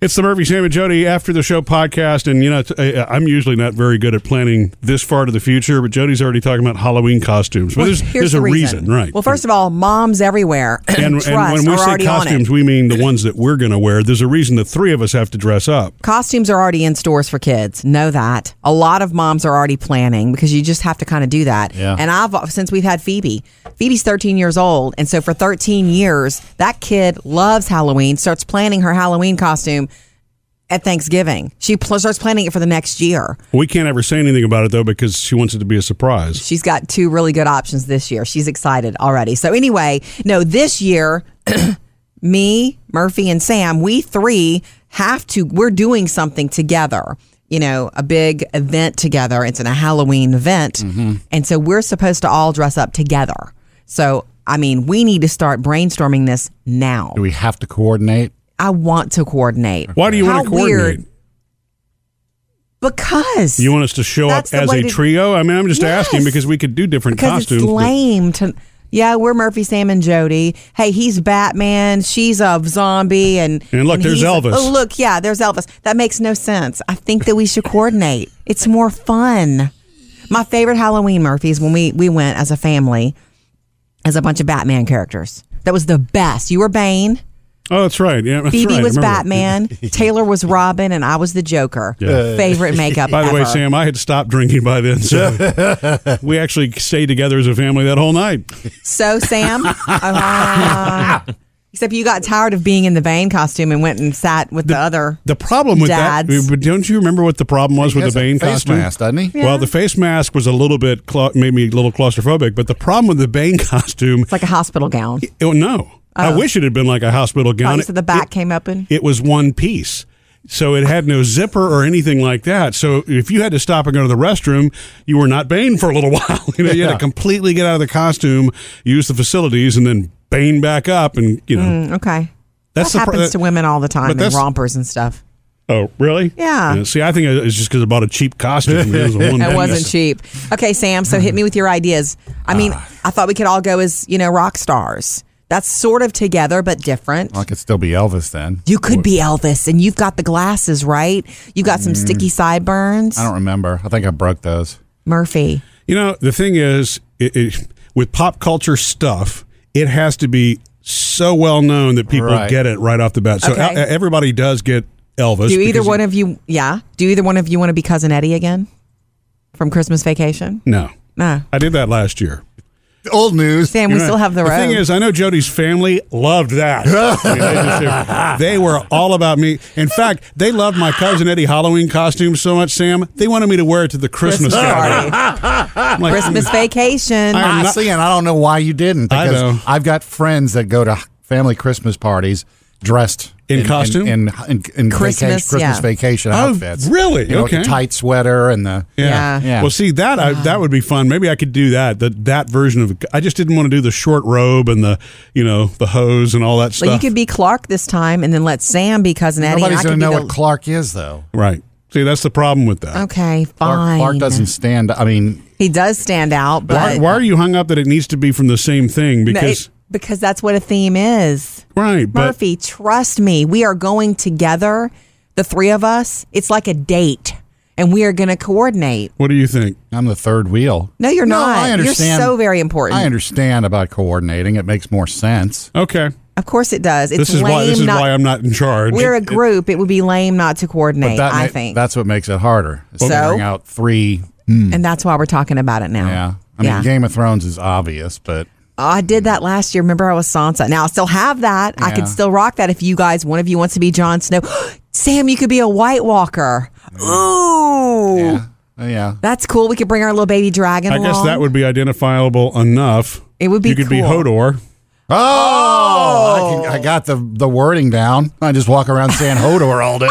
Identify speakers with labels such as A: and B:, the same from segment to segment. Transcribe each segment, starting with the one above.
A: It's the Murphy, Sam, and Jody after the show podcast. And, you know, it's- I- I'm usually not very good at planning this far to the future, but Jody's already talking about Halloween costumes. But
B: Well,
A: there's,
B: here's
A: there's a
B: the
A: reason. right.
B: Well, first of all, moms everywhere
A: and,
B: trust
A: and when we
B: are
A: say
B: already on
A: costumes,
B: it.
A: we mean the ones that we're going to wear. There's a reason the three of us have to dress up.
B: Costumes are already in stores for kids. Know that. A lot of moms are already planning because you just have to kind of do that.
C: Yeah.
B: And I've since we've had Phoebe. Phoebe's 13 years old, and so for 13 years, that kid loves Halloween. Starts planning her Halloween costume at Thanksgiving. She pl- starts planning it for the next year.
A: We can't ever say anything about it though because she wants it to be a surprise.
B: She's got two really good options this year. She's excited already. So anyway, no, this year, me, Murphy, and Sam, we three have to. We're doing something together. You know, a big event together. It's in a Halloween event,
A: Mm-hmm.
B: and so we're supposed to all dress up together. So I mean, we need to start brainstorming this now.
C: Do we have to coordinate?
B: I want to coordinate.
A: Why do you
B: How
A: want to coordinate?
B: Weird, because
A: You want us to show
B: That's the
A: up as
B: way
A: a
B: to-
A: trio? I mean, I'm just
B: Yes.
A: asking because we could do different
B: because
A: costumes.
B: it's
A: but-
B: lame to. Yeah, we're Murphy, Sam, and Jody. Hey, he's Batman. She's a zombie, and
A: And look, there's
B: he's-
A: Elvis.
B: Oh, look, yeah, there's Elvis. That makes no sense. I think that we should coordinate. It's more fun. My favorite Halloween Murphy is when we we went as a family, as a bunch of Batman characters. That was the best. You were Bane.
A: oh, that's right. Yeah, that's
B: Phoebe
A: right. I
B: was
A: remember that.
B: Batman. Taylor was Robin, and I was the Joker. Favorite makeup.
A: By the way,
B: ever.
A: Sam, I had stopped drinking by then, so we actually stayed together as a family that whole night.
B: So, Sam, uh,
A: Uh-huh.
B: except you got tired of being in the Bane costume and went and sat with the, other.
A: The problem with
B: Dads.
A: that, but don't you remember what the problem was
C: He
A: with
C: has
A: the
C: a
A: Bane
C: face
A: costume?
C: mask, doesn't he?
A: Well, the face mask was a little bit cla- made me a little claustrophobic, but the problem with the Bane costume
B: It's like a hospital gown.
A: Oh no! I wish it had been like a hospital
B: Oh,
A: gown.
B: you said the back
A: It,
B: came open.
A: it was one piece, so it had no zipper or anything like that. So if you had to stop and go to the restroom, you were not Bane for a little while. You know, you had to completely get out of the costume, use the facilities, and then Bane back up, and you know
B: Okay.
A: that's the
B: Mm. that
A: pro-
B: happens to women all the time in
A: that's-
B: rompers and stuff.
A: Oh really?
B: Yeah.
A: See, I think it's just because I bought a cheap costume. It was a one
B: It wasn't cheap. Okay, Sam, so hit me with your ideas. I mean,
A: Ah.
B: I thought we could all go as, you know, rock stars. That's sort of together but different.
C: I could still be Elvis then.
B: You could be Elvis and you've got the glasses, right? You've got
A: Mm.
B: some sticky sideburns.
C: I don't remember. I think I broke those.
B: Murphy.
A: You know, the thing is, it, it, with pop culture stuff, it has to be so well known that people
C: Right.
A: get it right off the bat. So
B: Okay.
A: e- everybody does get Elvis.
B: Do either
A: because-
B: one of you? Yeah. Do either one of you want to be cousin Eddie again from Christmas Vacation?
A: No,
B: No.
A: I did that last year.
C: Old news.
B: Sam, we
A: You know,
B: still have the
A: The
B: road.
A: thing is, I know Jody's family loved that. I mean, they, just- they were all about me. In fact, they loved my cousin Eddie Halloween costume so much, Sam. They wanted me to wear it to the Christmas,
B: Christmas
A: gathering.
B: party,
A: I'm like,
B: Christmas Vacation.
A: I-
C: I'm
A: not-
C: not seeing. I don't know why you didn't.
A: I
C: Because
A: know.
C: I've got friends that go to family Christmas parties dressed
A: In costume?
C: in, in, in
B: Christmas,
C: vacation, Christmas
B: yeah.
C: vacation
A: Oh,
C: outfits.
A: really?
C: You know, with
A: Okay.
C: the tight sweater and the
B: Yeah.
C: Yeah.
A: Well, see that I, that would be fun. Maybe I could do that. That that version of I just didn't want to do the short robe and the you know the hose and all that
B: but
A: stuff.
B: you could be Clark this time, and then let Sam be cousin Eddie.
C: Nobody's
B: and I
C: going
B: could
C: to know
B: be
C: what Clark is though.
A: right. See, that's the problem with that.
B: the, okay, fine.
C: Clark, Clark doesn't stand. I mean,
B: He does stand out, but
A: Why, why are you hung up that it needs to be from the same thing?
B: No, it-
A: Because
B: because that's what a theme is.
A: right, but
B: Murphy, trust me, we are going together, the three of us. It's like a date, and we are going to coordinate.
A: what do you think?
C: I'm the third wheel.
B: No, you're not.
C: I
B: You're
C: understand.
B: so very important.
C: I understand about coordinating. It makes more sense.
A: Okay,
B: Of course, it does. It's
A: this is
B: lame
A: why this is
B: not.
A: why I'm not in charge.
B: we're a group. It would be lame not to coordinate.
C: that
B: I
C: ma-
B: think,
C: that's what makes it harder. is
B: So?
C: figuring out three.
B: and that's why we're talking about it now.
C: Yeah, I mean,
B: Yeah.
C: Game of Thrones is obvious, but
B: Oh, I did that last year. Remember, I was Sansa. Now I still have that. I
C: Yeah.
B: could still rock that if you guys, one of you wants to be Jon Snow. Sam, you could be a White Walker. Ooh,
C: yeah, Uh, yeah.
B: that's cool. We could bring our little baby dragon.
A: I guess
B: along.
A: that would be identifiable enough.
B: It would be
A: You could be
B: cool.
A: Hodor.
C: Oh, I, can, I got the the wording down. I just walk around saying Hodor all day.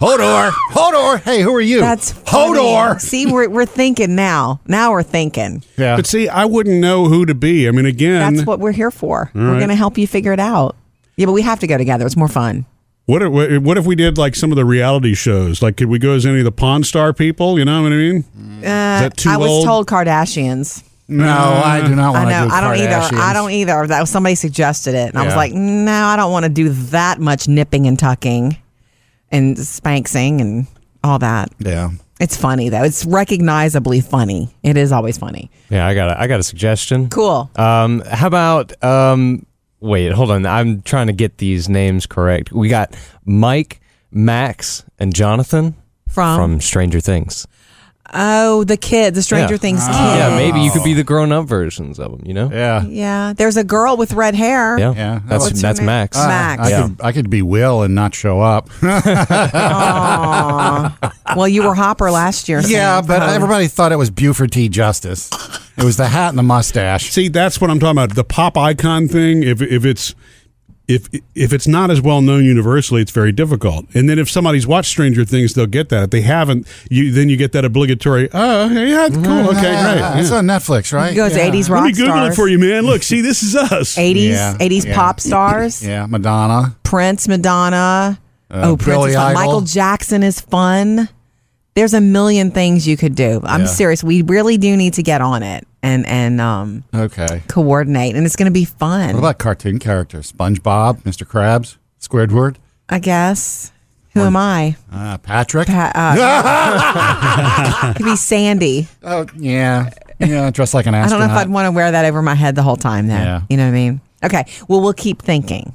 C: Hodor, Hodor. Hey, who are you?
B: That's funny.
C: Hodor.
B: See, we're we're thinking now. Now we're thinking.
C: Yeah.
A: But see, I wouldn't know who to be. I mean, again,
B: That's what we're here for.
A: right.
B: We're going to help you figure it out. Yeah, but we have to go together. It's more fun.
A: What if, what if- what if we did like some of the reality shows? Like, could we go as any of the Pawn Star people? You know what I mean? that too
B: Uh, I was
A: old?
B: told Kardashians.
C: no, I do not
B: I
C: want to
B: know.
C: do
B: I don't either.
C: Kardashians.
B: I don't either. That was somebody suggested it, and I was
C: Yeah.
B: like, no, I don't want to do that much nipping and tucking. and spanking and all that.
C: Yeah.
B: It's funny though. It's recognizably funny. It is always funny.
D: Yeah, I got a, I got a suggestion.
B: Cool.
D: Um, how about um, wait, hold on. I'm trying to get these names correct. We got Mike, Max, and Jonathan
B: From,
D: from Stranger Things.
B: oh the kid, the Stranger
D: Yeah. Ah.
B: Things kid.
D: Yeah, maybe you could be the grown-up versions of them. You know?
C: Ah. Yeah.
B: Yeah, there's a girl with red hair.
D: Yeah.
C: Yeah.
D: That's
B: What's her
D: that's
B: name?
D: Max. Ah,
B: Uh, Max.
C: I,
D: Yeah.
C: could, I could be Will and not show up.
B: Well, you were Hopper last year.
C: yeah,
B: Sam.
C: but
B: Um,
C: everybody thought it was Buford T. Justice. It was the hat and the mustache.
A: See, that's what I'm talking about. The pop icon thing. If if it's if if it's not as well known universally, it's very difficult. And then if somebody's watched Stranger Things, they'll get that. If they haven't, you then you get that obligatory. Oh, yeah, cool, okay, great.
C: Yeah, It's
A: Yeah.
C: on Netflix, right?
B: You go to
C: Yeah.
B: 80s rock
A: Let me Google
B: stars.
A: it for you, man. Look, see, this is us.
B: 80s,
C: Yeah,
B: 80s
C: yeah.
B: pop stars.
C: Yeah, Madonna.
B: Prince, Madonna. oh, Prince
C: Billy
B: is fun.
C: Uh, Idol.
B: Michael Jackson is fun. There's a million things you could do. I'm serious. We really do need to get on it and and um,
C: Okay.
B: coordinate, and it's going to be
C: What
B: fun.
C: about cartoon characters? SpongeBob, Mr. Krabs, Squidward,
B: I guess. Who am I?
C: uh, Patrick.
B: Pa- uh, it could be Sandy.
C: oh, yeah. Yeah, dressed like an
B: I don't
C: astronaut.
B: know if I'd want to wear that over my head the whole time. Then
C: Yeah.
B: you know what I mean. Okay. Well, we'll keep thinking.